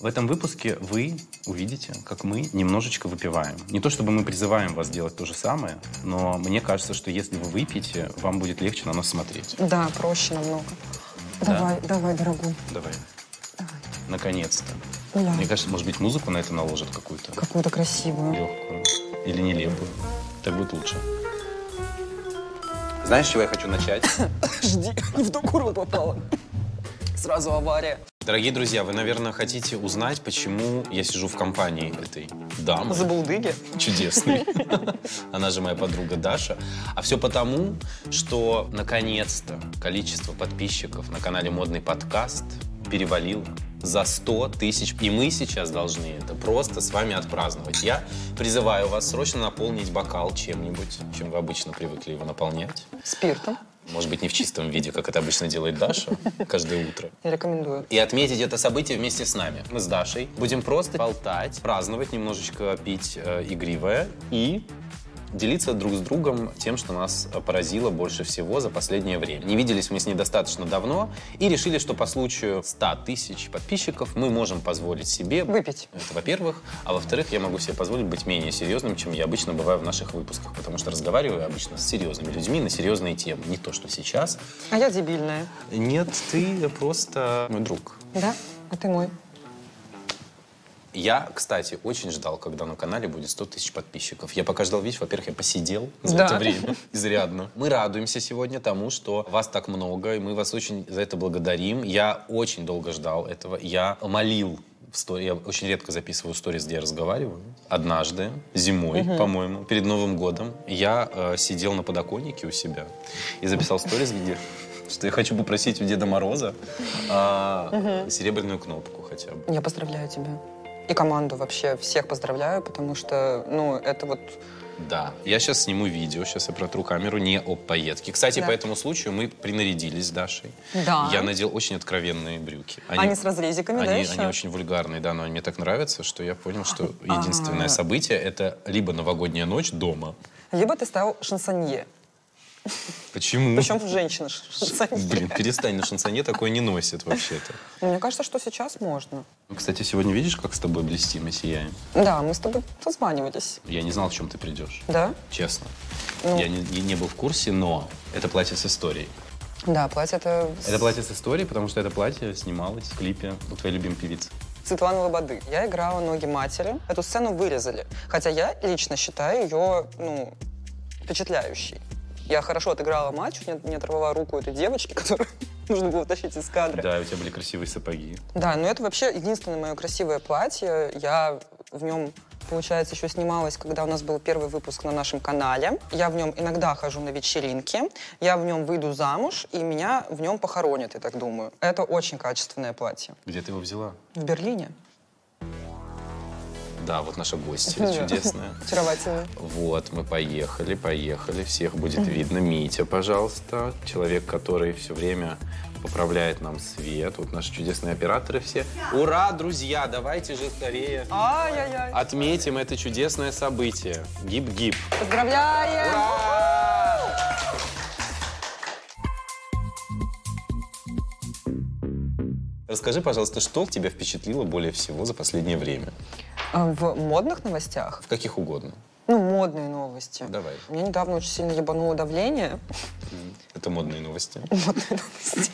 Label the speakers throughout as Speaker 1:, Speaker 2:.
Speaker 1: В этом выпуске вы увидите, как мы немножечко выпиваем. Не то чтобы мы призываем вас делать то же самое, но мне кажется, что если вы выпьете, вам будет легче на нас смотреть.
Speaker 2: Да, проще намного.
Speaker 1: Да.
Speaker 2: Давай, давай, дорогой.
Speaker 1: Давай.
Speaker 2: Давай.
Speaker 1: Наконец-то.
Speaker 2: Ну да.
Speaker 1: Мне кажется, может быть, музыку на это наложат какую-то
Speaker 2: Какую-то красивую.
Speaker 1: легкую или нелепую. Так будет лучше. Знаешь, с чего я хочу начать?
Speaker 2: Жди, не в ту куру попала. Сразу авария.
Speaker 1: Дорогие друзья, вы, наверное, хотите узнать, почему я сижу в компании этой дамы.
Speaker 2: Заблудыги.
Speaker 1: чудесный. Она же моя подруга Даша. А все потому, что наконец-то количество подписчиков на канале «Модный подкаст» перевалило за 100 тысяч. И мы сейчас должны это просто с вами отпраздновать. Я призываю вас срочно наполнить бокал чем-нибудь, чем вы обычно привыкли его наполнять.
Speaker 2: Спиртом.
Speaker 1: Может быть, не в чистом виде, как это обычно делает Даша каждое утро
Speaker 2: Я рекомендую.
Speaker 1: и отметить это событие вместе с нами. Мы с Дашей будем просто болтать, праздновать, немножечко пить э, игривое и делиться друг с другом тем, что нас э, поразило больше всего за последнее время. Не виделись мы с ней достаточно давно и решили, что по случаю 100 тысяч подписчиков мы можем позволить себе...
Speaker 2: Выпить.
Speaker 1: Это во-первых. А во-вторых, я могу себе позволить быть менее серьезным, чем я обычно бываю в наших выпусках, потому что разговариваю я обычно с серьезными людьми на серьезные темы. Не то, что сейчас.
Speaker 2: А я дебильная.
Speaker 1: Нет, ты просто мой друг.
Speaker 2: Да? А ты мой.
Speaker 1: Я, кстати, очень ждал, когда на канале будет 100 тысяч подписчиков. Я пока ждал, видишь, во-первых, я посидел за
Speaker 2: Да.
Speaker 1: это время изрядно. Мы радуемся сегодня тому, что вас так много, и мы вас очень за это благодарим. Я очень долго ждал этого. Я молил в стори- я очень редко записываю сторис, где я разговариваю. Однажды, зимой, по-моему, перед Новым годом, я э, сидел на подоконнике у себя и записал сторис, где что я хочу попросить у Деда Мороза а, серебряную кнопку хотя бы.
Speaker 2: Я поздравляю тебя. И команду вообще всех поздравляю, потому что, ну, это вот...
Speaker 1: Да. Я сейчас сниму видео, сейчас я протру камеру не об поездке. Кстати,
Speaker 2: Да.
Speaker 1: по этому случаю мы принарядились с Дашей.
Speaker 2: Да.
Speaker 1: Я надел очень откровенные брюки.
Speaker 2: Они с разрезиками, да,
Speaker 1: они-
Speaker 2: еще?
Speaker 1: они очень вульгарные, да, но они мне так нравятся, что я понял, что
Speaker 2: А.
Speaker 1: единственное событие — это либо новогодняя ночь дома.
Speaker 2: Либо ты стал шансонье.
Speaker 1: Почему?
Speaker 2: Причем женщина Ну. ш- шансонье.
Speaker 1: Блин, перестань, на шансоне такое не носит вообще-то.
Speaker 2: Мне кажется, что сейчас можно.
Speaker 1: Мы, Ну, Кстати, сегодня видишь, как с тобой блестим и сияем?
Speaker 2: Да, мы с тобой созванивались.
Speaker 1: Я не знал, в чем ты придешь.
Speaker 2: Да?
Speaker 1: Честно.
Speaker 2: Ну.
Speaker 1: Я не, не- не был в курсе, но это платье с историей.
Speaker 2: Да, платье это... с-
Speaker 1: Это платье с историей, потому что это платье снималось в клипе у твоей любимой певицы.
Speaker 2: Светланы Лободы. Я играла «Ноги матери». Эту сцену вырезали. Хотя я лично считаю ее, ну, впечатляющей. Я хорошо отыграла матч, не, не оторвала руку этой девочки, которую нужно было тащить из кадра.
Speaker 1: Да, у тебя были красивые сапоги.
Speaker 2: Да, но это вообще единственное мое красивое платье. Я в нем, получается, еще снималась, когда у нас был первый выпуск на нашем канале. Я в нем иногда хожу на вечеринки, я в нем выйду замуж, и меня в нем похоронят, я так думаю. Это очень качественное платье.
Speaker 1: Где ты его взяла?
Speaker 2: В Берлине.
Speaker 1: Да, вот наша гостья
Speaker 2: Да.
Speaker 1: чудесная.
Speaker 2: Очаровательно.
Speaker 1: Вот, мы поехали, поехали. Всех будет видно. Митя, пожалуйста. Человек, который все время поправляет нам свет. Вот наши чудесные операторы все. Ура, друзья! Давайте же скорее
Speaker 2: Ай-яй-яй.
Speaker 1: отметим это чудесное событие. Гип-гип.
Speaker 2: Поздравляем!
Speaker 1: Расскажи, пожалуйста, что тебя впечатлило более всего за последнее время?
Speaker 2: А В модных новостях,
Speaker 1: В каких угодно.
Speaker 2: ну, модные новости.
Speaker 1: Давай.
Speaker 2: Меня недавно очень сильно ебануло давление.
Speaker 1: Это модные новости. Модные новости.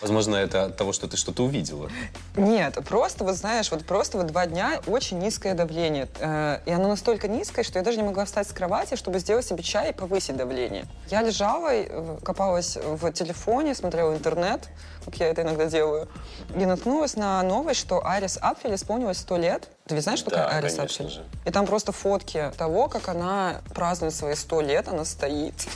Speaker 1: Возможно, это от того, что ты что-то увидела.
Speaker 2: Нет, просто, вот знаешь, вот просто вот два дня очень низкое давление. Э, И оно настолько низкое, что я даже не могла встать с кровати, чтобы сделать себе чай и повысить давление. Я лежала, и, э, копалась в телефоне, смотрела интернет, как я это иногда делаю, и наткнулась на новость, что Айрис Апфель исполнилось сто лет. Ты знаешь, что
Speaker 1: Да,
Speaker 2: такая Айрис
Speaker 1: конечно
Speaker 2: Апфель?
Speaker 1: же.
Speaker 2: И там просто фотки того, как она празднует свои сто лет, она стоит.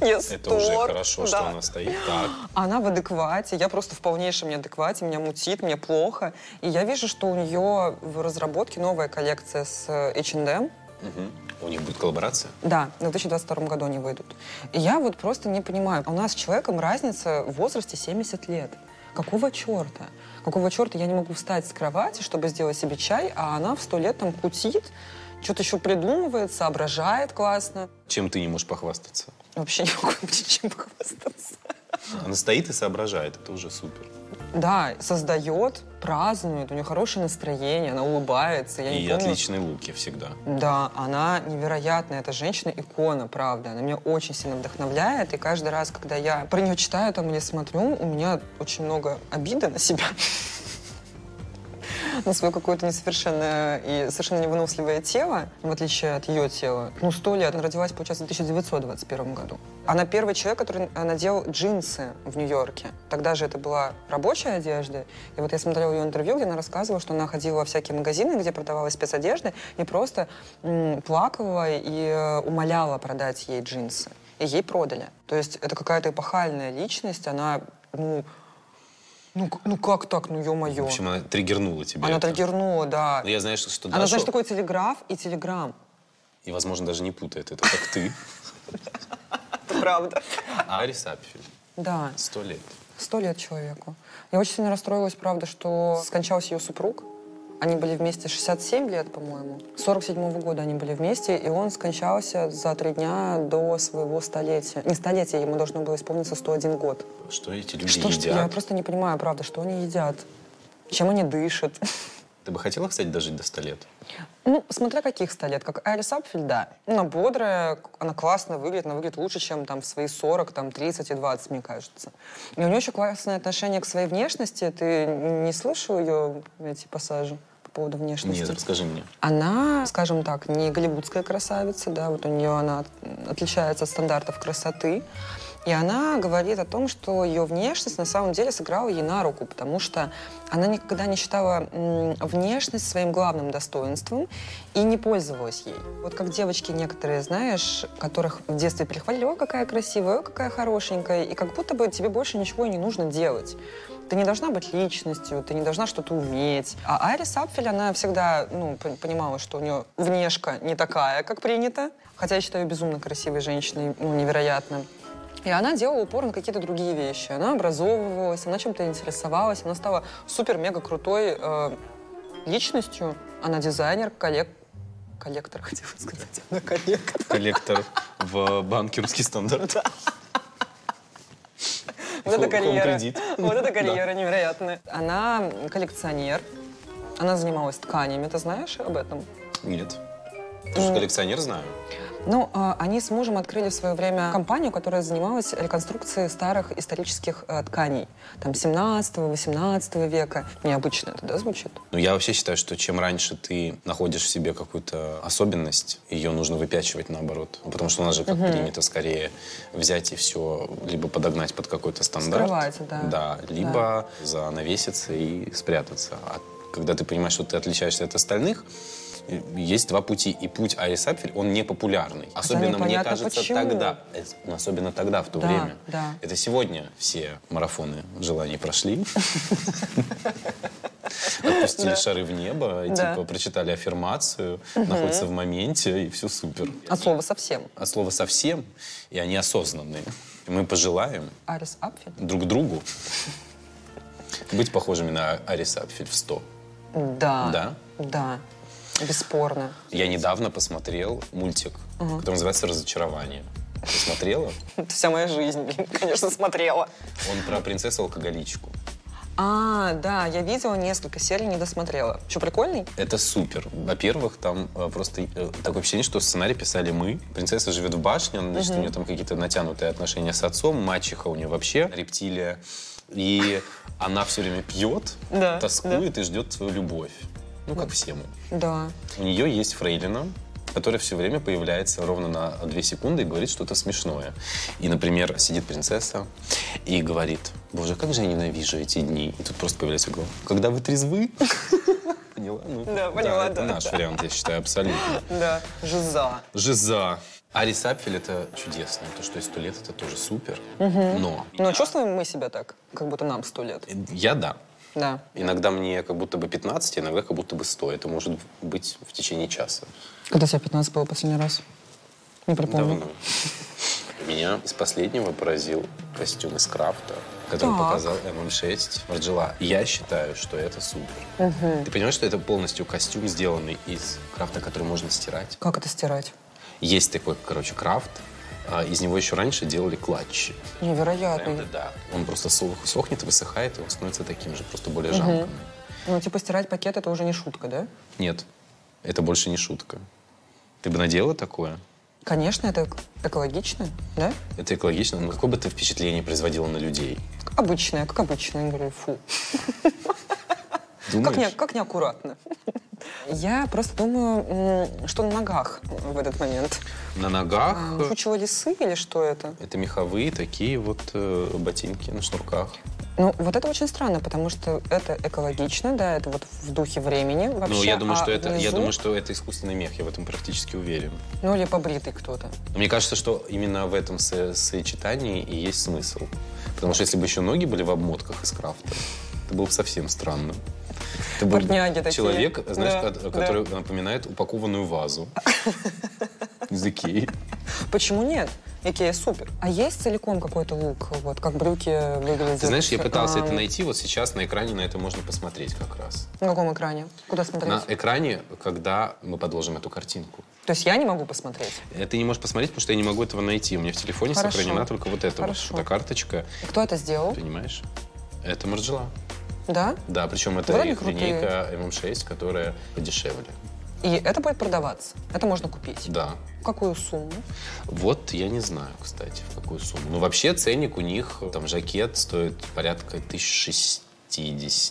Speaker 2: Ей
Speaker 1: Это
Speaker 2: 100,
Speaker 1: уже хорошо, что
Speaker 2: да.
Speaker 1: она стоит так.
Speaker 2: Она в адеквате, я просто в полнейшем неадеквате, меня мутит, мне плохо. И я вижу, что у нее в разработке новая коллекция с э, H&M.
Speaker 1: Мгм. У них будет коллаборация?
Speaker 2: Да, в 2022 году они выйдут. И я вот просто не понимаю, у нас с человеком разница в возрасте 70 лет. Какого черта? Какого черта я не могу встать с кровати, чтобы сделать себе чай, а она в 100 лет там кутит, что-то еще придумывает, соображает классно.
Speaker 1: Чем ты не можешь похвастаться?
Speaker 2: Вообще не могу ничем похвастаться.
Speaker 1: Она стоит и соображает, это уже супер.
Speaker 2: Да, создает, празднует, у нее хорошее настроение, она улыбается. Я не
Speaker 1: И
Speaker 2: помню,
Speaker 1: отличные луки всегда.
Speaker 2: Да, она невероятная, эта женщина икона, правда. Она меня очень сильно вдохновляет, и каждый раз, когда я про нее читаю там или смотрю, у меня очень много обиды на себя. На свое какое-то несовершенное и совершенно невыносливое тело, в отличие от ее тела. Ну, сто лет. Она родилась, получается, в 1921 году. Она первый человек, который надел джинсы в Нью-Йорке. Тогда же это была рабочая одежда. И вот я смотрела ее интервью, где она рассказывала, что она ходила во всякие магазины, где продавалась спецодежда, и просто м, плакала и э, умоляла продать ей джинсы. И ей продали. То есть это какая-то эпохальная личность, она, ну, ну, к- ну как так, ну
Speaker 1: В
Speaker 2: ё-моё.
Speaker 1: общем, она триггернула тебя.
Speaker 2: Она
Speaker 1: это.
Speaker 2: триггернула, да.
Speaker 1: Но Я знаю, что, что
Speaker 2: Она,
Speaker 1: Дашу-
Speaker 2: знаешь, что такое телеграф и телеграм.
Speaker 1: и, возможно, даже не путает это, как ты.
Speaker 2: Это правда.
Speaker 1: А Арис Апфель.
Speaker 2: Да,
Speaker 1: Сто лет.
Speaker 2: сто лет человеку. Я очень сильно расстроилась, правда, что скончался ее супруг. Они были вместе 67 лет, по-моему. 47 года они были вместе, и он скончался за три дня до своего столетия. Не столетия, ему должно было исполниться 101 год.
Speaker 1: Что эти люди
Speaker 2: Что ж- я
Speaker 1: едят?
Speaker 2: просто не понимаю, правда, что они едят, чем они дышат.
Speaker 1: Ты бы хотела, кстати, дожить до 100 лет?
Speaker 2: Ну, смотря каких 100 лет. Как Айрис Апфель, да. Она бодрая, к- она классно выглядит, она выглядит лучше, чем там в свои 40, там 30 и 20, мне кажется. И у нее еще классное отношение к своей внешности. Ты не слышал ее эти пассажи по поводу внешности?
Speaker 1: Нет, расскажи мне.
Speaker 2: Она, скажем так, не голливудская красавица, да, вот у нее она от- отличается от стандартов красоты. И она говорит о том, что ее внешность на самом деле сыграла ей на руку, потому что она никогда не считала м, внешность своим главным достоинством и не пользовалась ей. Вот как девочки некоторые, знаешь, которых в детстве перехвалили, о, какая красивая, о, какая хорошенькая, и как будто бы тебе больше ничего и не нужно делать. Ты не должна быть личностью, ты не должна что-то уметь. А Айрис Апфель, она всегда ну, пон- понимала, что у нее внешка не такая, как принято. Хотя я считаю ее безумно красивой женщиной, ну, невероятно. И она делала упор на какие-то другие вещи. Она образовывалась, она чем-то интересовалась, она стала супер-мега крутой э, личностью. Она дизайнер, коллег... коллектор, хотела сказать. Она коллектор.
Speaker 1: Коллектор в банке «Русский стандарт».
Speaker 2: Вот это
Speaker 1: Хоум-
Speaker 2: карьера.
Speaker 1: хоум-кредит.
Speaker 2: Вот это
Speaker 1: Да.
Speaker 2: карьера невероятная. Она коллекционер. Она занималась тканями, ты знаешь об этом?
Speaker 1: Нет. Ты же коллекционер, знаю.
Speaker 2: Ну, а, они с мужем открыли в свое время компанию, которая занималась реконструкцией старых исторических э, тканей. Там 17-18 века. Необычно это, да, звучит?
Speaker 1: Но Ну, я вообще считаю, что чем раньше ты находишь в себе какую-то особенность, ее нужно выпячивать наоборот. Потому что у нас же как принято скорее взять и все либо подогнать под какой-то стандарт.
Speaker 2: Скрывать, да.
Speaker 1: Да, либо занавеситься и спрятаться. А когда ты понимаешь, что ты отличаешься от остальных, и- есть два пути. И путь Арис Апфель, он не популярный. Особенно, мне
Speaker 2: непонятно
Speaker 1: кажется,
Speaker 2: А почему.
Speaker 1: тогда. Э, ну, Особенно тогда, в то
Speaker 2: Да,
Speaker 1: время.
Speaker 2: да.
Speaker 1: Это сегодня все марафоны желаний прошли. Отпустили шары в небо, и,
Speaker 2: Да.
Speaker 1: типа прочитали аффирмацию, находятся в моменте, и все супер.
Speaker 2: От слова совсем.
Speaker 1: От слова совсем, и они осознанные. И Мы пожелаем
Speaker 2: Арис Апфель?
Speaker 1: друг другу быть похожими на Ариса Апфель в 100.
Speaker 2: Да.
Speaker 1: Да?
Speaker 2: Да. Бесспорно.
Speaker 1: Я недавно посмотрел мультик, который называется «Разочарование». Ты смотрела?
Speaker 2: Это вся моя жизнь, блин, конечно, смотрела.
Speaker 1: Он про принцессу-алкоголичку.
Speaker 2: А, да, я видела несколько серий, не досмотрела. Что, прикольный?
Speaker 1: Это супер. Во-первых, там э, просто э, такое ощущение, что сценарий писали мы. Принцесса живет в башне, она, значит, у нее там какие-то натянутые отношения с отцом, мачеха у нее вообще рептилия. И она все время пьет,
Speaker 2: Да,
Speaker 1: тоскует и ждет свою любовь. Ну, как все мы.
Speaker 2: Да.
Speaker 1: У нее есть фрейлина, которая все время появляется ровно на две секунды и говорит что-то смешное. И, например, сидит принцесса и говорит, боже, как же я ненавижу эти дни. И тут просто появляется голова. Когда вы трезвы? Поняла? Ну,
Speaker 2: Да, поняла,
Speaker 1: Это
Speaker 2: да,
Speaker 1: наш вариант, я считаю, абсолютно.
Speaker 2: Да. Жиза.
Speaker 1: Жиза. Арис Апфель — это чудесно. То, что ей сто лет, это тоже супер. Но
Speaker 2: Но Ну, чувствуем мы себя так, как будто нам сто лет.
Speaker 1: я — да.
Speaker 2: Да.
Speaker 1: Иногда мне как будто бы 15, иногда как будто бы 100. Это может быть в течение часа.
Speaker 2: Когда тебе 15 было последний раз? Не припомню.
Speaker 1: Давно. Меня из последнего поразил костюм из крафта, который
Speaker 2: Так.
Speaker 1: показал ММ6 Марджела. Я считаю, что это супер. Ты понимаешь, что это полностью костюм, сделанный из крафта, который можно стирать?
Speaker 2: Как это стирать?
Speaker 1: Есть такой, короче, крафт, а из него еще раньше делали клатчи. Прям,
Speaker 2: Невероятно.
Speaker 1: да. Он просто сох- сохнет, высыхает, и он становится таким же, просто более жалким.
Speaker 2: Ну, типа, стирать пакет — это уже не шутка, да?
Speaker 1: Нет, это больше не шутка. Ты бы надела такое?
Speaker 2: Конечно, это эк- экологично, да?
Speaker 1: Это экологично, но какое бы ты впечатление производила на людей?
Speaker 2: Обычное, как обычное. Я говорю, фу.
Speaker 1: Думаешь?
Speaker 2: Как, не, как неаккуратно. Я просто думаю, м, что на ногах в этот момент.
Speaker 1: На ногах
Speaker 2: А,
Speaker 1: э,
Speaker 2: Чучело лисы или что это?
Speaker 1: это меховые такие вот э, ботинки на шнурках.
Speaker 2: Ну, вот это очень странно, потому что это экологично, да, это вот в духе времени вообще.
Speaker 1: ну, я думаю,
Speaker 2: а
Speaker 1: что это, я
Speaker 2: внизу,
Speaker 1: думаю, что это искусственный мех, я в этом практически уверен.
Speaker 2: Ну, или побритый кто-то.
Speaker 1: Мне кажется, что именно в этом со- сочетании и есть смысл. Потому что если бы еще ноги были в обмотках из крафта, это было бы совсем странно. Ты был бы
Speaker 2: Портняги такие.
Speaker 1: человек, знаешь,
Speaker 2: Да,
Speaker 1: ко-
Speaker 2: да.
Speaker 1: который напоминает упакованную вазу. Из Икеи.
Speaker 2: Почему нет? Икея супер. А есть целиком какой-то лук, вот, как брюки выглядят?
Speaker 1: Ты знаешь, я пытался
Speaker 2: А,
Speaker 1: это найти, вот сейчас на экране на это можно посмотреть как раз.
Speaker 2: На каком экране? Куда смотреть?
Speaker 1: На экране, когда мы подложим эту картинку.
Speaker 2: То есть я не могу посмотреть?
Speaker 1: Э, Ты не можешь посмотреть, потому что я не могу этого найти. У меня в телефоне
Speaker 2: Хорошо.
Speaker 1: сохранена только вот эта вот
Speaker 2: Хорошо.
Speaker 1: эта карточка.
Speaker 2: И Кто это сделал?
Speaker 1: Понимаешь? Это Марджела.
Speaker 2: Да?
Speaker 1: Да, причем это
Speaker 2: Вроде
Speaker 1: их
Speaker 2: крутые.
Speaker 1: линейка ММ6, которая подешевле.
Speaker 2: И это будет продаваться. Это можно купить.
Speaker 1: Да.
Speaker 2: Какую сумму?
Speaker 1: Вот я не знаю, кстати, в какую сумму. Ну, вообще ценник у них, там, жакет стоит порядка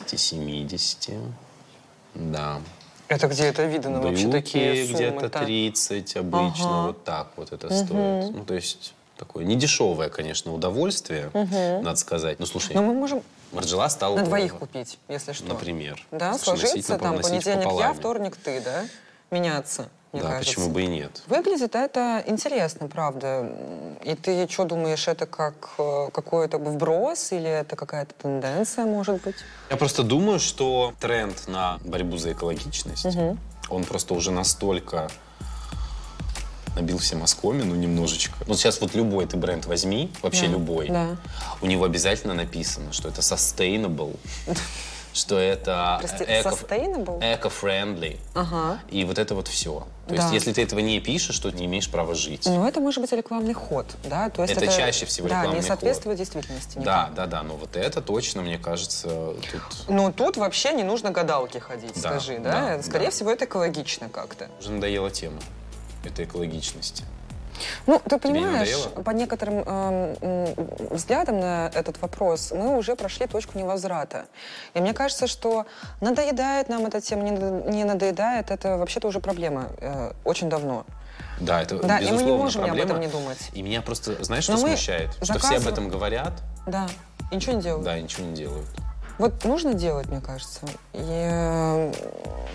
Speaker 1: 1060-70. Да.
Speaker 2: Это где это видно Ну, вообще такие
Speaker 1: Брюки
Speaker 2: суммы?
Speaker 1: где-то 30 обычно,
Speaker 2: Ага.
Speaker 1: вот так вот это стоит. Ну, то есть такое недешевое, конечно, удовольствие, надо сказать. Ну, слушай,
Speaker 2: Но мы можем
Speaker 1: Марджела стала...
Speaker 2: на двоих
Speaker 1: дорого,
Speaker 2: купить, если что.
Speaker 1: Например.
Speaker 2: Да,
Speaker 1: Слушай, носить
Speaker 2: сложиться
Speaker 1: напо-
Speaker 2: там
Speaker 1: носить
Speaker 2: понедельник я,
Speaker 1: пополам.
Speaker 2: вторник ты, да? Меняться, мне
Speaker 1: Да,
Speaker 2: кажется.
Speaker 1: почему бы и нет.
Speaker 2: Выглядит это интересно, правда. И ты что думаешь, это как э, какой-то вброс или это какая-то тенденция, может быть?
Speaker 1: Я просто думаю, что тренд на борьбу за экологичность, он просто уже настолько набил всем оскомину немножечко. Ну, Вот сейчас вот любой ты бренд возьми, вообще
Speaker 2: Да,
Speaker 1: любой,
Speaker 2: да.
Speaker 1: у него обязательно написано, что это sustainable, что это
Speaker 2: Прости,
Speaker 1: А, э, эко-
Speaker 2: sustainable?
Speaker 1: эко-френдли.
Speaker 2: Ага.
Speaker 1: И вот это вот все. То
Speaker 2: Да.
Speaker 1: есть, если ты этого не пишешь, то не имеешь права жить.
Speaker 2: Ну, это может быть рекламный ход, да? То есть
Speaker 1: Это чаще всего
Speaker 2: да,
Speaker 1: рекламный
Speaker 2: не
Speaker 1: ход.
Speaker 2: соответствует действительности.
Speaker 1: Да,
Speaker 2: никак.
Speaker 1: да, да, но вот это точно, мне кажется, тут
Speaker 2: Ну, тут вообще не нужно гадалки ходить,
Speaker 1: Да,
Speaker 2: скажи, да?
Speaker 1: да,
Speaker 2: Скорее
Speaker 1: да.
Speaker 2: всего, это экологично как-то.
Speaker 1: уже надоела тема этой экологичности.
Speaker 2: Ну, ты
Speaker 1: не
Speaker 2: понимаешь,
Speaker 1: надоело?
Speaker 2: по некоторым эм, м, взглядам на этот вопрос мы уже прошли точку невозврата. И мне кажется, что надоедает нам эта тема, не надо- не надоедает, это вообще-то уже проблема э, очень давно.
Speaker 1: Да, это
Speaker 2: Да, и мы не
Speaker 1: безусловно
Speaker 2: можем ни об
Speaker 1: проблема.
Speaker 2: этом не думать.
Speaker 1: И меня просто, знаешь, что
Speaker 2: Но мы
Speaker 1: смущает? Что все об
Speaker 2: заказываем-
Speaker 1: этом говорят,
Speaker 2: Да, и ничего не делают.
Speaker 1: да, и ничего не делают.
Speaker 2: Вот нужно делать, мне кажется. И, э,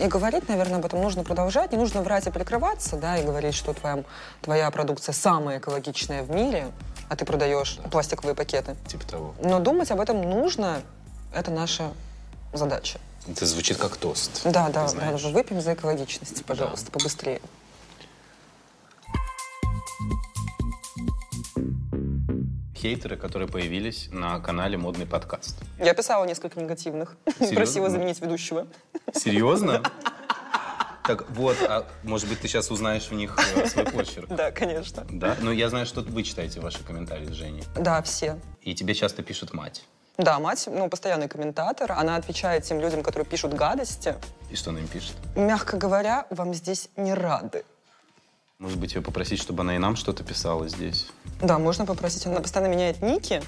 Speaker 2: и говорить, наверное, об этом нужно продолжать. Не нужно врать и прикрываться, да, и говорить, что твоя, твоя продукция самая экологичная в мире, а ты продаешь
Speaker 1: Да.
Speaker 2: пластиковые пакеты.
Speaker 1: Типа того.
Speaker 2: Но думать об этом нужно. Это наша задача.
Speaker 1: Это звучит как тост.
Speaker 2: Да,
Speaker 1: ты
Speaker 2: да, да,
Speaker 1: знаешь.
Speaker 2: уже выпьем за экологичность, пожалуйста, побыстрее.
Speaker 1: Хейтеры, которые появились на канале «Модный подкаст».
Speaker 2: Я писала несколько негативных.
Speaker 1: Серьезно?
Speaker 2: Просила заменить ведущего.
Speaker 1: Серьезно? Так вот, а может быть, ты сейчас узнаешь в них э, свой почерк.
Speaker 2: Да, конечно.
Speaker 1: Да? Но я знаю, что вы читаете ваши комментарии, Женя.
Speaker 2: Да, все.
Speaker 1: И тебе часто пишет мать.
Speaker 2: Да, мать, ну, постоянный комментатор. Она отвечает тем людям, которые пишут гадости.
Speaker 1: И что она им пишет?
Speaker 2: Мягко говоря, вам здесь не рады.
Speaker 1: Может быть, ее попросить, чтобы она и нам что-то писала здесь.
Speaker 2: Да, можно попросить. Она постоянно меняет ники,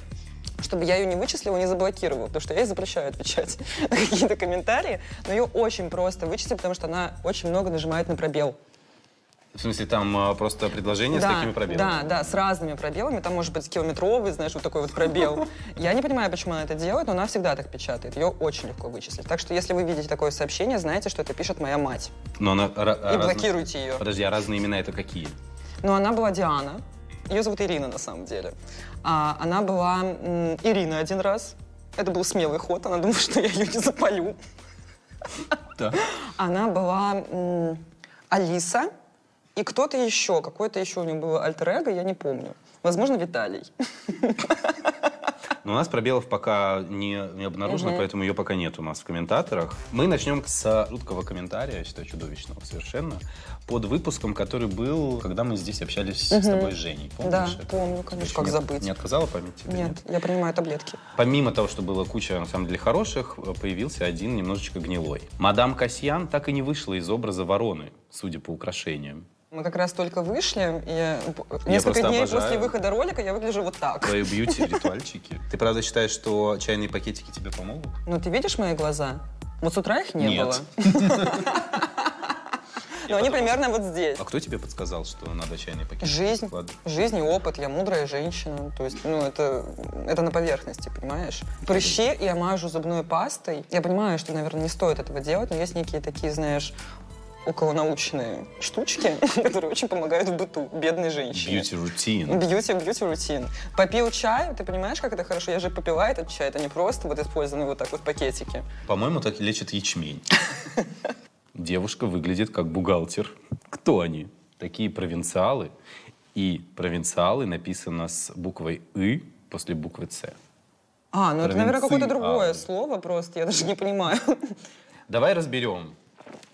Speaker 2: чтобы я ее не вычислила, не заблокировала, потому что я ей запрещаю отвечать на какие-то комментарии. Но ее очень просто вычислить, потому что она очень много нажимает на пробел.
Speaker 1: В смысле, там а, просто предложение с такими
Speaker 2: Да,
Speaker 1: пробелами?
Speaker 2: да, с разными пробелами. Там может быть километровый, знаешь, вот такой вот пробел. Я не понимаю, почему она это делает, но она всегда так печатает. Ее очень легко вычислить. Так что, если вы видите такое сообщение, знаете, что это пишет моя мать.
Speaker 1: Но она... ра-
Speaker 2: И
Speaker 1: разно-
Speaker 2: блокируйте ее.
Speaker 1: Подожди, а разные имена это какие?
Speaker 2: Но Ну, она была Диана. Ее зовут Ирина, на самом деле. А, она была м, Ирина один раз. Это был смелый ход. Она думала, что я ее не запалю.
Speaker 1: Да.
Speaker 2: Она была м, Алиса и кто-то еще. Какое-то еще у нее было альтер я не помню. Возможно, Виталий.
Speaker 1: Но у нас пробелов пока не, не обнаружено, поэтому ее пока нет у нас в комментаторах. Мы начнем с э, жуткого комментария, я считаю, чудовищного совершенно, под выпуском, который был, когда мы здесь общались с тобой с Женей. Помнишь
Speaker 2: Да,
Speaker 1: это?
Speaker 2: помню, конечно, как
Speaker 1: не-
Speaker 2: забыть.
Speaker 1: Не отказала память тебе?
Speaker 2: Нет, я принимаю таблетки.
Speaker 1: Помимо того, что было куча, на самом деле, хороших, э, появился один немножечко гнилой. Мадам Касьян так и не вышла из образа вороны, судя по украшениям.
Speaker 2: Мы как раз только вышли, и э, несколько
Speaker 1: просто
Speaker 2: дней
Speaker 1: обожаю.
Speaker 2: после выхода ролика я выгляжу вот так.
Speaker 1: Твои бьюти-ритуальчики. Ты правда считаешь, что чайные пакетики тебе помогут?
Speaker 2: Ну, ты видишь мои глаза? Вот с утра их не
Speaker 1: Нет.
Speaker 2: было. Но они примерно вот здесь.
Speaker 1: А кто тебе подсказал, что надо чайные пакетики?
Speaker 2: Жизнь,
Speaker 1: вкладывать?
Speaker 2: жизнь и опыт. Я мудрая женщина. То есть, ну, это, это на поверхности, понимаешь? Прыщи я мажу зубной пастой. Я понимаю, что, наверное, не стоит этого делать, но есть некие такие, знаешь, околонаучные штучки, которые очень помогают в быту бедной женщине.
Speaker 1: Бьюти-рутин.
Speaker 2: Бьюти, бьюти рутин. Попил чай, ты понимаешь, как это хорошо? Я же попила этот чай, это не просто вот использованные вот так вот пакетики.
Speaker 1: По-моему, так лечит ячмень. Девушка выглядит как бухгалтер. Кто они? Такие провинциалы. И провинциалы написано с буквой «ы» после буквы «ц».
Speaker 2: А, ну это, наверное, какое-то другое
Speaker 1: Провинциалы.
Speaker 2: слово просто, я даже не понимаю.
Speaker 1: Давай разберем.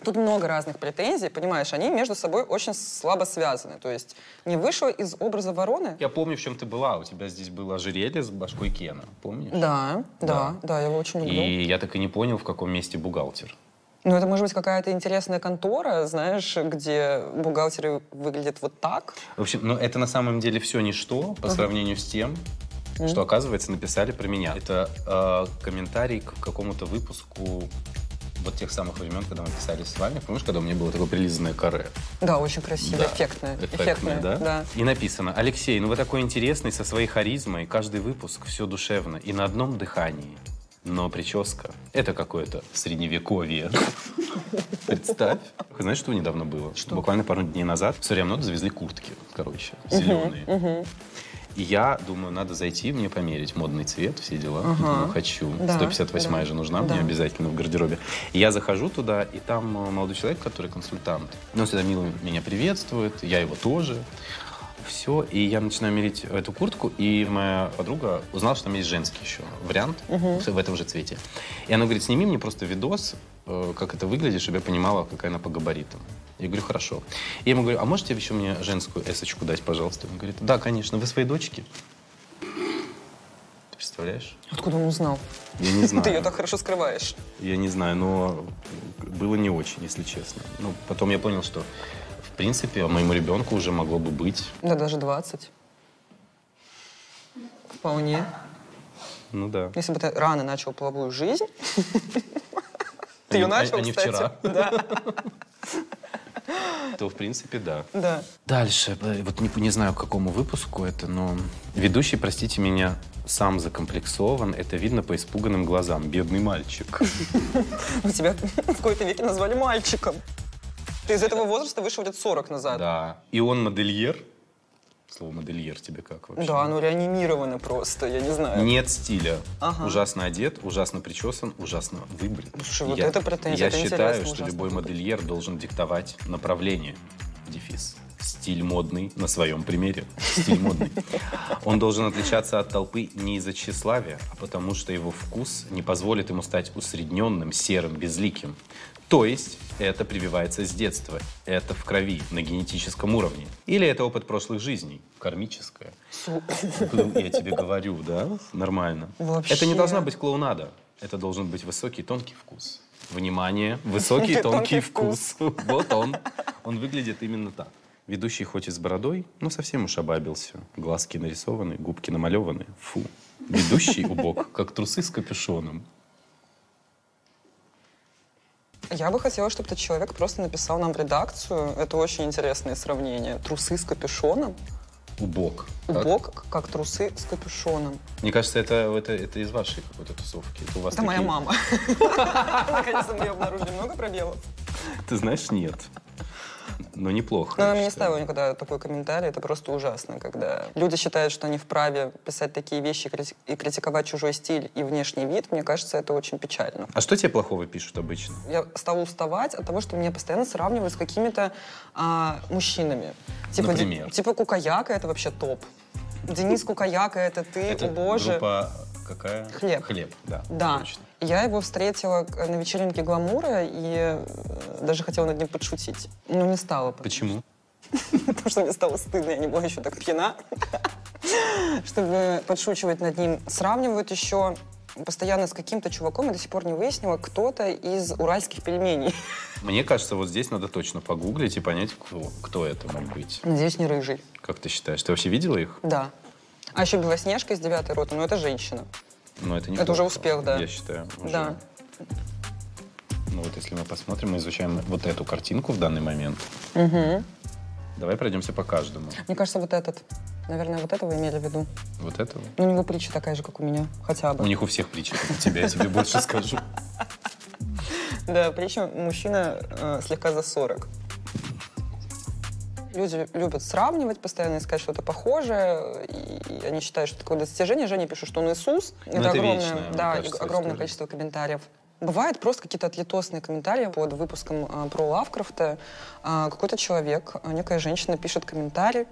Speaker 2: Тут много разных претензий, понимаешь, они между собой очень слабо связаны. То есть не вышла из образа вороны?
Speaker 1: Я помню, в чем ты была. У тебя здесь было ожерелье с башкой Кена. Помнишь?
Speaker 2: Да, да, да, я его очень люблю.
Speaker 1: И я так и не понял, в каком месте бухгалтер.
Speaker 2: Ну, это может быть какая-то интересная контора, знаешь, где бухгалтеры выглядят вот так.
Speaker 1: В общем, ну это на самом деле все ничто по сравнению с тем, что, оказывается, написали про меня. Это э, комментарий к какому-то выпуску вот тех самых времен, когда мы писали с вами. Помнишь, когда у меня было такое прилизанное каре?
Speaker 2: Да, очень красиво,
Speaker 1: Да,
Speaker 2: эффектная, эффектная,
Speaker 1: да? И написано, Алексей, ну вы такой интересный, со своей харизмой, каждый выпуск, все душевно и на одном дыхании. Но прическа — это какое-то средневековье. Представь. Вы Знаешь, что недавно было? Буквально пару дней назад все равно завезли куртки, короче, зеленые. И я думаю, надо зайти, мне померить модный цвет, все дела. Думаю, хочу.
Speaker 2: Да,
Speaker 1: 158
Speaker 2: да.
Speaker 1: же нужна мне
Speaker 2: Да.
Speaker 1: обязательно в гардеробе. И я захожу туда, и там э, молодой человек, который консультант, ну, всегда мило меня приветствует, я его тоже. Все, и я начинаю мерить эту куртку, и моя подруга узнала, что там есть женский еще вариант в этом же цвете. И она говорит, сними мне просто видос, э, как это выглядит, чтобы я понимала, какая она по габаритам. Я говорю, хорошо. Я ему говорю, а можете еще мне женскую эсочку дать, пожалуйста? Он говорит, да, конечно, вы своей дочке. Ты представляешь?
Speaker 2: Откуда он узнал? Ну,
Speaker 1: Я не знаю.
Speaker 2: Ты ее так хорошо скрываешь.
Speaker 1: Я не знаю, но было не очень, если честно. Ну, потом я понял, что, в принципе, моему ребенку уже могло бы быть,
Speaker 2: Да, даже 20. Вполне.
Speaker 1: ну да.
Speaker 2: Если бы ты рано начал половую жизнь. Ты
Speaker 1: А не-
Speaker 2: ее
Speaker 1: а-
Speaker 2: начал,
Speaker 1: а не
Speaker 2: кстати.
Speaker 1: вчера.
Speaker 2: Да,
Speaker 1: То, в принципе, да.
Speaker 2: да.
Speaker 1: Дальше, э, вот не, не знаю, к какому выпуску это, но ведущий, простите меня, сам закомплексован. Это видно по испуганным глазам. Бедный мальчик.
Speaker 2: У тебя в какой-то веке назвали мальчиком. Ты из этого возраста вышел лет 40 назад.
Speaker 1: Да. И он модельер. Слово модельер тебе как вообще? Ну,
Speaker 2: Да, ну реанимировано просто, я не знаю.
Speaker 1: Нет стиля.
Speaker 2: Ага. Ну,
Speaker 1: Ужасно одет, ужасно причесан, ужасно выбрит.
Speaker 2: Слушай, вот это претензия,
Speaker 1: Я
Speaker 2: это
Speaker 1: считаю,
Speaker 2: интересно,
Speaker 1: что
Speaker 2: ужасно
Speaker 1: любой
Speaker 2: выбрит.
Speaker 1: модельер должен диктовать направление. Дефис. Стиль модный на своем примере. Стиль модный. Он должен отличаться от толпы не из-за тщеславия, а потому что его вкус не позволит ему стать усредненным, серым, безликим. То есть это прививается с детства. Это в крови, на генетическом уровне. Или это опыт прошлых жизней, кармическое.
Speaker 2: Су-
Speaker 1: Ну, Я тебе говорю, да? Нормально.
Speaker 2: Вообще.
Speaker 1: Это не должна быть клоунада. Это должен быть высокий и тонкий вкус. Внимание, высокий и
Speaker 2: Тонкий
Speaker 1: тонкий вкус. Вот он. Он выглядит именно так. Ведущий хоть и с бородой, но совсем уж обабился. Глазки нарисованы, губки намалеваны. Фу. Ведущий убог, как трусы с капюшоном.
Speaker 2: Я бы хотела, чтобы этот человек просто написал нам в редакцию. Это очень интересное сравнение. Трусы с капюшоном.
Speaker 1: Убог. Так?
Speaker 2: Убог, как трусы с капюшоном.
Speaker 1: Мне кажется, это, это, это из вашей какой-то тусовки. Это у вас
Speaker 2: Это моя
Speaker 1: такие-
Speaker 2: мама. Наконец-то мы ее обнаружили. Много пробелов?
Speaker 1: Ты знаешь, нет. Но неплохо.
Speaker 2: Но
Speaker 1: я
Speaker 2: она мне не
Speaker 1: считаю.
Speaker 2: ставила никогда такой комментарий. Это просто ужасно, когда люди считают, что они вправе писать такие вещи и крити- и критиковать чужой стиль и внешний вид. Мне кажется, это очень печально.
Speaker 1: А что тебе плохого пишут обычно?
Speaker 2: Я стала уставать от того, что меня постоянно сравнивают с какими-то а, мужчинами. Типа, Ди-
Speaker 1: Например?
Speaker 2: типа Кукаяка — это вообще топ. Денис Кукаяка — это ты,
Speaker 1: Это
Speaker 2: о боже.
Speaker 1: группа какая?
Speaker 2: Хлеб.
Speaker 1: Хлеб, да.
Speaker 2: Да.
Speaker 1: точно.
Speaker 2: Я его встретила к- на вечеринке гламура и э, даже хотела над ним подшутить. Но не стала. потому
Speaker 1: Почему?
Speaker 2: потому что мне стало стыдно, я не была еще так пьяна. Чтобы подшучивать над ним. Сравнивают еще постоянно с каким-то чуваком, я до сих пор не выяснила, кто-то из уральских пельменей.
Speaker 1: Мне кажется, вот здесь надо точно погуглить и понять, кто, кто это мог быть.
Speaker 2: Надеюсь, не рыжий.
Speaker 1: Как ты считаешь? Ты вообще видела их?
Speaker 2: Да. А еще Белоснежка из девятой роты, но это женщина.
Speaker 1: Но Ну, это не
Speaker 2: Это
Speaker 1: то,
Speaker 2: уже
Speaker 1: кто,
Speaker 2: успех, да.
Speaker 1: Я считаю. уже.
Speaker 2: Да.
Speaker 1: Ну вот если мы посмотрим, мы изучаем вот эту картинку в данный момент. Давай пройдемся по каждому.
Speaker 2: Мне кажется, вот этот. Наверное, вот этого имели в виду.
Speaker 1: Вот этого.
Speaker 2: Ну, у него притча такая же, как у меня, хотя бы.
Speaker 1: У них у всех притча, как у тебя, я тебе больше скажу.
Speaker 2: Да, причем мужчина э, слегка за 40. Люди любят сравнивать, постоянно искать что-то похожее, и и они считают, что такое достижение. Женя пишет, что он Иисус.
Speaker 1: Ну, это вечная, мне
Speaker 2: да,
Speaker 1: кажется,
Speaker 2: и- огромное
Speaker 1: история.
Speaker 2: количество комментариев. Бывает просто какие-то отлетосные комментарии под выпуском а, про Лавкрафта. А, какой-то человек, а, некая женщина пишет комментарий.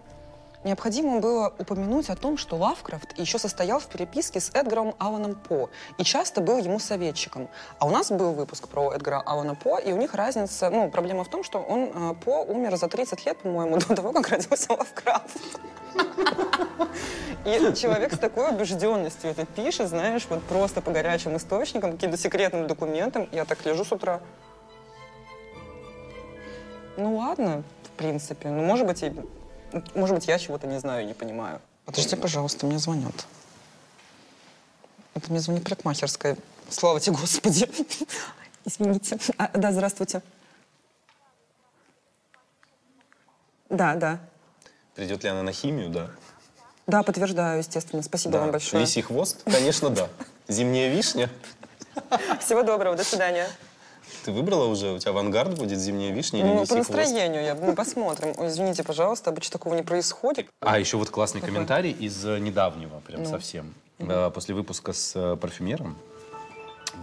Speaker 2: Необходимо было упомянуть о том, что Лавкрафт еще состоял в переписке с Эдгаром Алланом По и часто был ему советчиком. А у нас был выпуск про Эдгара Аллана По, и у них разница, ну, проблема в том, что он а, По умер за 30 лет, по-моему, до того, как родился Лавкрафт. И человек с такой убежденностью это пишет, знаешь, вот просто по горячим источникам, каким-то секретным документам. Я так лежу с утра. Ну ладно, в принципе. Ну, может быть, и... может быть, я чего-то не знаю и не понимаю. Подожди, пожалуйста, мне звонят. Это мне звонит парикмахерская. Слава тебе, Господи. Извините. А, да, здравствуйте. Да, да.
Speaker 1: Придет ли она на химию, да?
Speaker 2: Да, подтверждаю, естественно. Спасибо
Speaker 1: Да.
Speaker 2: вам большое.
Speaker 1: Лисий хвост? Конечно, да. Зимняя вишня?
Speaker 2: Всего доброго, до свидания.
Speaker 1: Ты выбрала уже? У тебя авангард будет зимняя вишня или
Speaker 2: Ну,
Speaker 1: лисий
Speaker 2: по
Speaker 1: хвост?
Speaker 2: настроению я, мы посмотрим. Ой, извините, пожалуйста, обычно такого не происходит.
Speaker 1: А еще вот классный комментарий из э, недавнего, прям совсем. Э, После выпуска с э, парфюмером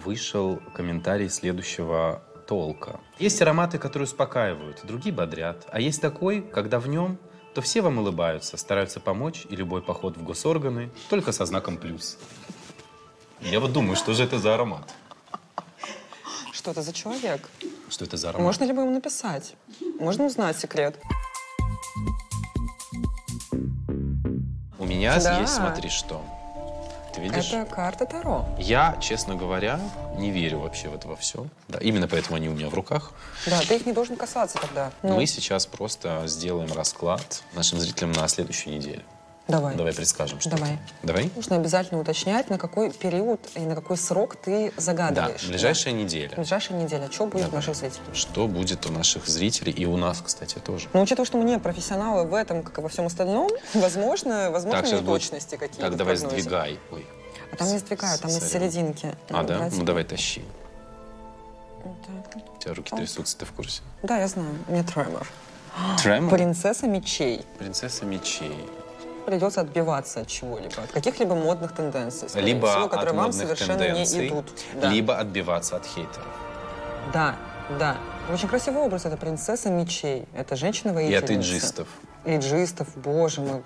Speaker 1: вышел комментарий следующего толка. Есть ароматы, которые успокаивают, другие бодрят. А есть такой, когда в нем, то все вам улыбаются, стараются помочь, и любой поход в госорганы только со знаком плюс. Я вот думаю, что же это за аромат?
Speaker 2: Что это за человек?
Speaker 1: Что это за аромат?
Speaker 2: Можно ли бы ему написать? Можно узнать секрет?
Speaker 1: У меня
Speaker 2: Да.
Speaker 1: есть, смотри, что. Ты видишь?
Speaker 2: Это карта Таро.
Speaker 1: Я, честно говоря, не верю вообще в это во все. Да, именно поэтому они у меня в руках.
Speaker 2: Да, ты их не должен касаться тогда. Ну,
Speaker 1: Мы сейчас просто сделаем расклад нашим зрителям на следующую неделю.
Speaker 2: давай.
Speaker 1: Давай предскажем, что
Speaker 2: Давай.
Speaker 1: это. Давай?
Speaker 2: Нужно обязательно уточнять, на какой период и на какой срок ты
Speaker 1: Да,
Speaker 2: загадываешь.
Speaker 1: ближайшая
Speaker 2: Да.
Speaker 1: неделя.
Speaker 2: Ближайшая неделя. Что будет в
Speaker 1: Давай.
Speaker 2: наших зрителей?
Speaker 1: Что будет у наших зрителей и у нас, кстати, тоже.
Speaker 2: Но Ну, учитывая, что мы не профессионалы в этом, как и во всем остальном, возможно, возможно,
Speaker 1: Так, сейчас будет-
Speaker 2: неточности какие-то.
Speaker 1: Так,
Speaker 2: в
Speaker 1: давай
Speaker 2: прогнозе.
Speaker 1: сдвигай. Ой.
Speaker 2: А там не сдвигаю, там из
Speaker 1: Сорян.
Speaker 2: серединки.
Speaker 1: А,
Speaker 2: Ну,
Speaker 1: да?
Speaker 2: давайте.
Speaker 1: Ну давай тащи.
Speaker 2: Вот так.
Speaker 1: У тебя руки
Speaker 2: Оп.
Speaker 1: трясутся, ты в курсе?
Speaker 2: Да, я знаю. У меня тремор.
Speaker 1: Тремор?
Speaker 2: Принцесса мечей.
Speaker 1: Принцесса мечей.
Speaker 2: Придется отбиваться от чего-либо, от каких-либо модных тенденций. скорее
Speaker 1: Либо
Speaker 2: всего,
Speaker 1: от
Speaker 2: которые вам
Speaker 1: модных
Speaker 2: совершенно
Speaker 1: тенденций,
Speaker 2: не идут. Да.
Speaker 1: либо отбиваться от хейтеров.
Speaker 2: Да, да. Очень красивый образ. Это принцесса мечей.
Speaker 1: И
Speaker 2: Это
Speaker 1: от
Speaker 2: женщина-воительница.
Speaker 1: иджистов.
Speaker 2: Иджистов, боже мой.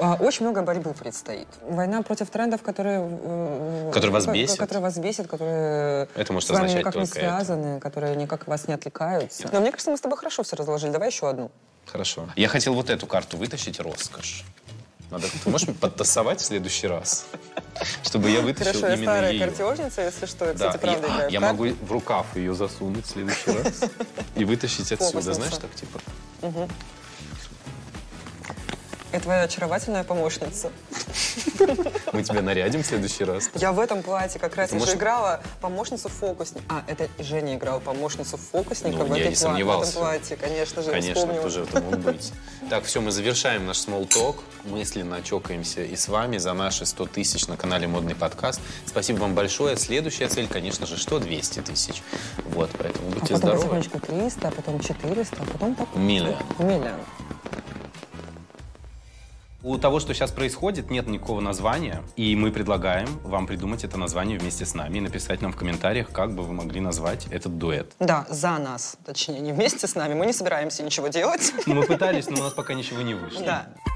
Speaker 2: А, Очень много борьбы предстоит. Война против трендов, которые... э,
Speaker 1: Которые вас
Speaker 2: ко-
Speaker 1: бесят.
Speaker 2: Которые вас бесят, которые
Speaker 1: Это может
Speaker 2: с вами
Speaker 1: означать
Speaker 2: никак не
Speaker 1: только это.
Speaker 2: связаны, которые никак вас не отвлекаются. Но мне кажется, мы с тобой хорошо все разложили. Давай еще одну.
Speaker 1: Хорошо. Я хотел вот эту карту вытащить, роскошь. Надо, ты можешь мне подтасовать в следующий раз, чтобы я вытащил
Speaker 2: Хорошо, я
Speaker 1: именно
Speaker 2: старая
Speaker 1: ее?
Speaker 2: картежница, если что. Я,
Speaker 1: Да,
Speaker 2: кстати,
Speaker 1: я,
Speaker 2: правда играю. в
Speaker 1: я
Speaker 2: карты.
Speaker 1: могу в рукав ее засунуть в следующий раз и вытащить отсюда,
Speaker 2: Фокусница.
Speaker 1: знаешь, так типа.
Speaker 2: И твоя очаровательная помощница.
Speaker 1: Мы тебя нарядим в следующий раз.
Speaker 2: Я в этом платье как раз
Speaker 1: Ты
Speaker 2: я же
Speaker 1: можешь-
Speaker 2: играла помощницу фокусника. А, это Женя играла помощницу фокусника
Speaker 1: Ну,
Speaker 2: в,
Speaker 1: я
Speaker 2: этой
Speaker 1: не
Speaker 2: пла- в
Speaker 1: сомневался.
Speaker 2: этом платье, конечно же,
Speaker 1: Конечно,
Speaker 2: вспомнила.
Speaker 1: кто же это мог быть. Так, все, мы завершаем наш small talk. Мысленно чокаемся и с вами за наши 100 тысяч на канале «Модный подкаст». Спасибо вам большое. Следующая цель, конечно же, что? 200 тысяч. Вот, поэтому
Speaker 2: А
Speaker 1: будьте
Speaker 2: потом
Speaker 1: здоровы.
Speaker 2: потихонечку 300, а потом 400, а потом так.
Speaker 1: Миллион.
Speaker 2: Миллион.
Speaker 1: У того, что сейчас происходит, нет никакого названия, и мы предлагаем вам придумать это название вместе с нами и написать нам в комментариях, как бы вы могли назвать этот дуэт.
Speaker 2: Да, за нас. Точнее, не вместе с нами. Мы не собираемся ничего делать.
Speaker 1: Ну, мы пытались, но у нас пока ничего не вышло.
Speaker 2: Да.